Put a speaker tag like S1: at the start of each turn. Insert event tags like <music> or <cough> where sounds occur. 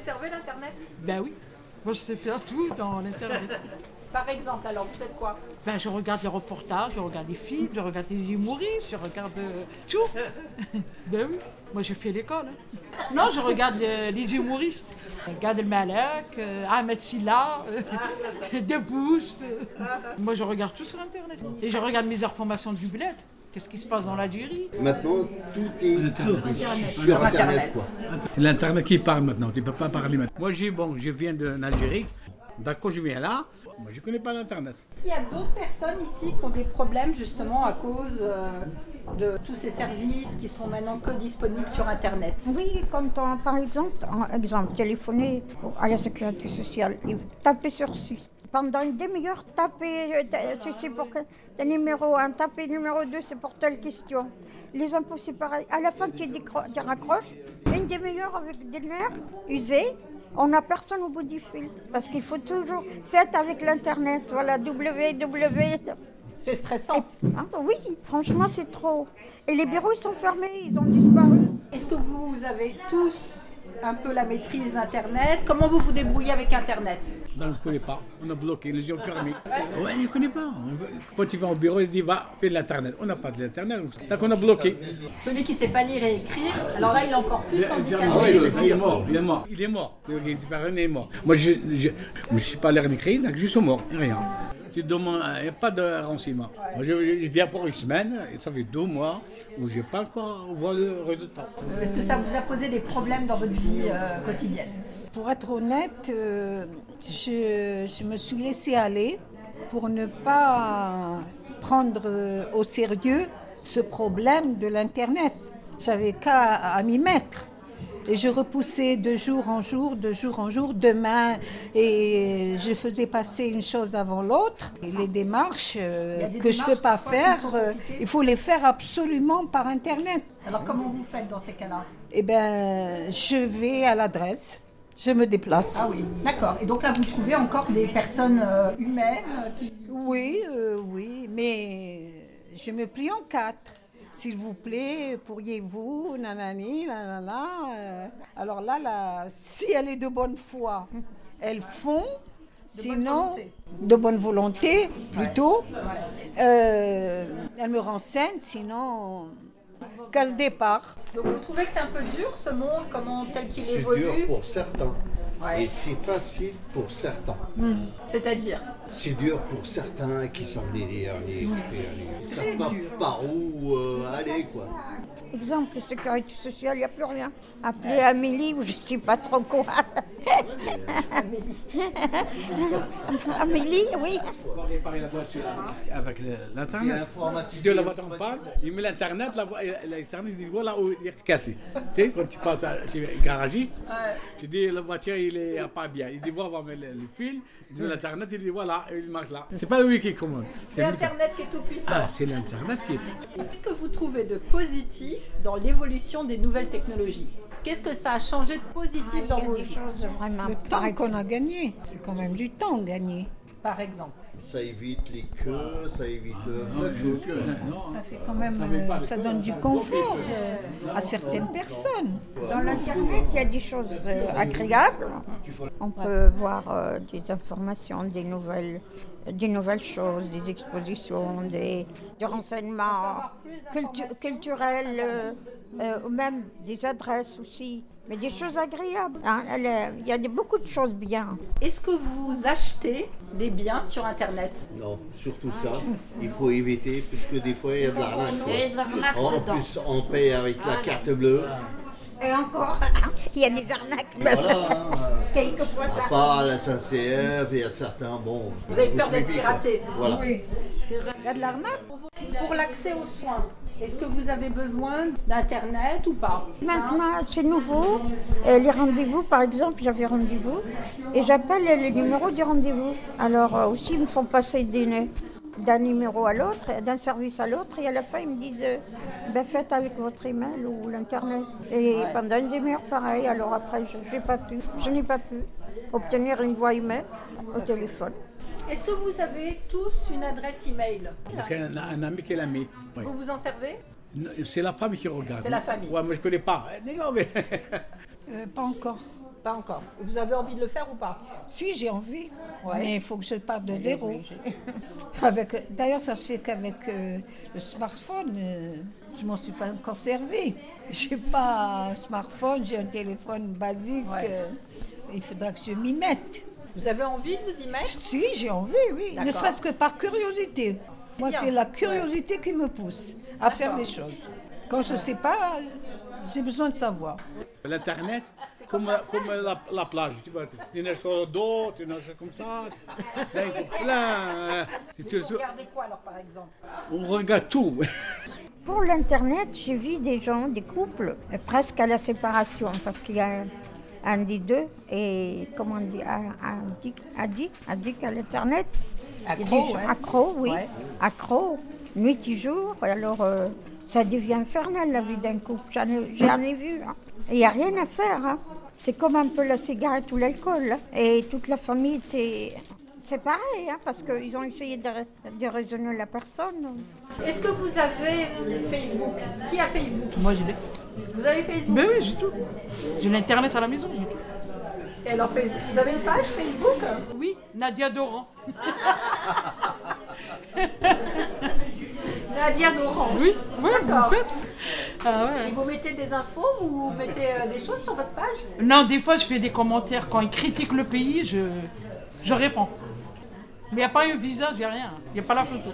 S1: servez l'Internet
S2: Ben oui, moi je sais faire tout dans l'internet.
S1: Par exemple, alors vous faites quoi
S2: Ben je regarde les reportages, je regarde les films, je regarde les humoristes, je regarde euh, tout. <laughs> ben oui, moi j'ai fait l'école. hein. Non, je regarde les, les humoristes. Gad Elmalek, euh, Ahmed Silla, euh, <laughs> Debouze. Moi je regarde tout sur internet. Et je regarde mes informations du bled. Qu'est-ce qui se passe dans l'Algérie
S3: Maintenant, tout est
S4: Internet.
S3: sur Internet. Ah quoi.
S4: C'est L'Internet qui parle maintenant, tu ne peux pas parler maintenant. Moi, j'ai bon, je viens d'Algérie. D'accord, je viens là. Moi, je ne connais pas l'Internet.
S1: Il y a d'autres personnes ici qui ont des problèmes justement à cause euh, de tous ces services qui sont maintenant que disponibles sur Internet.
S5: Oui, quand on, par exemple, en exemple, téléphoner à la sécurité sociale, il faut taper sur ci. Pendant une demi-heure, taper euh, ta- ceci pour que, le numéro 1, taper numéro 2, c'est pour telle question. Les impôts, c'est pareil. À la fin, tu, décro- tu raccroches, une demi-heure avec des nerfs usés, on n'a personne au bout du fil. Parce qu'il faut toujours, faites avec l'Internet, voilà, www.
S1: C'est stressant.
S5: Ah, bah oui, franchement, c'est trop. Et les bureaux, ils sont fermés, ils ont disparu.
S1: Est-ce que vous avez tous un peu la maîtrise d'Internet Comment vous vous débrouillez avec Internet
S4: Non, je ne connais pas. On a bloqué, les yeux fermés. Ouais, je ne connais pas. Quand tu vas au bureau, ils disent va, fais de l'Internet. On n'a pas de l'Internet. Donc, on a bloqué.
S1: Celui qui sait pas lire et écrire, alors là il est encore plus handicapé.
S4: Ah oui, il est mort, il est mort. Il est mort. Le gars disparaît, il bah, est mort. Moi, je ne je, je suis pas l'air d'écrire, donc je suis mort, et rien. Tu demandes, il n'y a pas de renseignement. Moi, je, je viens pour une semaine, et ça fait deux mois où je n'ai pas encore vu le résultat.
S1: Est-ce que ça vous a posé des problèmes dans votre vie euh, quotidienne
S6: Pour être honnête, euh, je, je me suis laissée aller pour ne pas prendre euh, au sérieux ce problème de l'Internet. J'avais qu'à à m'y mettre. Et je repoussais de jour en jour, de jour en jour, demain, et je faisais passer une chose avant l'autre. Et les démarches euh,
S1: Il y a des
S6: que je ne peux
S1: démarches
S6: pas
S1: parfois qui
S6: faire,
S1: sont
S6: euh,
S1: compliquées.
S6: il faut les faire absolument par Internet.
S1: Alors comment vous faites dans ces cas-là
S6: Eh bien, je vais à l'adresse, je me déplace.
S1: Ah oui, d'accord. Et donc là vous trouvez encore des personnes euh, humaines euh, qui...
S6: Oui, euh, oui, mais je me plie en quatre. S'il vous plaît, pourriez-vous, nanani, nanana. euh. Alors là, là, si elle est de bonne foi, elles font. Sinon,
S1: volonté.
S6: de bonne volonté, plutôt. Euh, elle me renseigne, sinon, casse départ.
S1: Donc vous trouvez que c'est un peu dur ce monde, comment tel qu'il
S3: C'est dur
S1: évolue
S3: pour certains.
S1: Ouais.
S3: Et c'est facile pour certains.
S1: C'est-à-dire
S3: C'est dur pour certains qui semblent les lire, les écrire, les... Ils savent pas par où euh, aller, quoi.
S5: Exemple, sécurité sociale, il n'y a plus rien. Appelez Amélie ou je ne sais pas trop <laughs> quoi. Amélie, oui.
S4: On va réparer la voiture avec le-
S3: C'est
S4: l'Internet.
S3: informatique.
S4: Si la voiture en panne, il met l'Internet, la voie- l'Internet il dit voilà où il est cassé. Tu sais, quand tu passes à- chez le garagiste, tu dis la voiture il est pas bien. Il dit voilà, on va mettre le, le fil, il met l'Internet, il dit voilà, et il marche là. C'est pas lui qui commande.
S1: C'est Internet qui est tout puissant.
S4: Ah, c'est l'Internet qui est.
S1: Qu'est-ce que vous trouvez de positif dans l'évolution des nouvelles technologies Qu'est-ce que ça a changé de positif dans
S5: Il y a
S1: vos
S5: des
S1: vies,
S5: choses vraiment.
S6: Le
S5: par
S6: temps
S5: exemple.
S6: qu'on a gagné, c'est quand même du temps gagné.
S1: par exemple
S3: Ça évite les queues, ça évite euh, plein de choses.
S6: Ça fait quand même, euh, ça donne du confort euh, à certaines personnes.
S5: Dans l'Internet, il y a des choses euh, agréables. On peut voir euh, des informations, des nouvelles, des nouvelles choses, des expositions, des, des renseignements cultu- culturels, euh, euh, ou même des adresses aussi. Mais des choses agréables. hein. Elle est- Il y a des- beaucoup de choses bien.
S1: Est-ce que vous achetez des biens sur Internet
S3: Non, surtout ça, il faut éviter, puisque des fois, il y a de l'arnaque. quoi. En plus, on paye avec la carte bleue.
S5: Et encore, <laughs> il y a des arnaques.
S3: Et Voilà, hein.
S5: Quelquefois,
S3: à
S5: ça.
S3: part la SNCF, il y a certains, bon...
S1: Vous avez
S3: faut
S1: peur
S3: se
S1: d'être
S3: méfier, quoi.
S1: piraté.
S3: Voilà.
S6: Il y a de l'arnaque.
S1: Pour l'accès aux soins, est-ce que vous avez besoin d'Internet ou pas
S5: Maintenant, c'est nouveau. Euh, les rendez-vous, par exemple, j'avais rendez-vous et j'appelle le numéro du rendez-vous. Alors euh, aussi, ils me font passer des- d'un numéro à l'autre, d'un service à l'autre, et à la fin, ils me disent euh, ben, faites avec votre email ou l'internet. Et pendant une demi-heure, pareil. Alors après, je j'ai pas pu, je n'ai pas pu obtenir une voix email au téléphone.
S1: Est-ce que vous avez tous une adresse email
S4: Parce qu'il y a un, un ami qui l'a mis. Oui.
S1: Vous vous en servez
S4: Non, C'est la femme qui regarde.
S1: C'est la famille.
S4: <laughs> Ouais, moi je connais pas. Eh, d'accord, mais-
S6: Euh, pas encore.
S1: Pas encore. Vous avez envie de le faire ou pas
S6: Si, j'ai envie,
S1: Ouais.
S6: mais il faut que je parte de zéro. <laughs> Avec, d'ailleurs, ça se fait qu'avec euh, le smartphone, euh, je m'en suis pas encore servie. <laughs> J'ai pas un smartphone, j'ai un téléphone basique.
S1: Ouais.
S6: euh, il faudra que je m'y mette.
S1: Vous avez envie de vous y mettre
S6: Si, j'ai envie, oui. Ne
S1: D'accord.
S6: serait-ce que par curiosité. Moi,
S1: Bien.
S6: c'est la curiosité qui me pousse à faire
S1: D'accord.
S6: les choses. Quand je ne sais pas, j'ai besoin de savoir.
S4: L'internet,
S1: Ah,
S4: comme, comme la, la plage, tu vois. Tu nages sur le dos, tu nages comme ça. Là, il y a plein, euh, si tu-
S1: Vous regardez quoi alors par exemple
S4: on regarde tout.
S5: Pour l'Internet, j'ai vu des gens, des couples, euh, presque à la séparation, parce qu'il y a un des deux et, comment on dit, un- un addict, addict, addict à l'Internet. Il y a des
S1: Accro,
S5: gens-
S1: ouais.
S5: accro, oui.
S1: Ouais.
S5: Accro, nuit et jour. Et Alors, euh, ça devient infernal, la vie d'un couple. J'en ai, j'en ai vu. hein. Il n'y a rien à faire. hein. C'est comme un peu la cigarette ou l'alcool. hein. Et toute la famille était... C'est pareil, hein, parce qu'ils ont essayé de, ra- de raisonner la personne.
S1: Est-ce que vous avez Facebook Qui a Facebook
S2: Moi, je l'ai.
S1: Vous avez Facebook
S2: Mais oui, j'ai tout. J'ai l'internet à la maison, j'ai tout.
S1: Et alors Facebook, vous avez une page Facebook
S2: Oui, Nadia Doran.
S1: Nadia Doran.
S2: Oui, oui, vous
S1: D'accord.
S2: faites. Ah ouais.
S1: Et vous mettez des infos, vous mettez euh, des choses sur votre page
S2: Non, des fois, je fais des commentaires. Quand ils critiquent le pays, je, je réponds. Mais il n'y a pas un visage, il n'y a rien. Il n'y a pas la photo.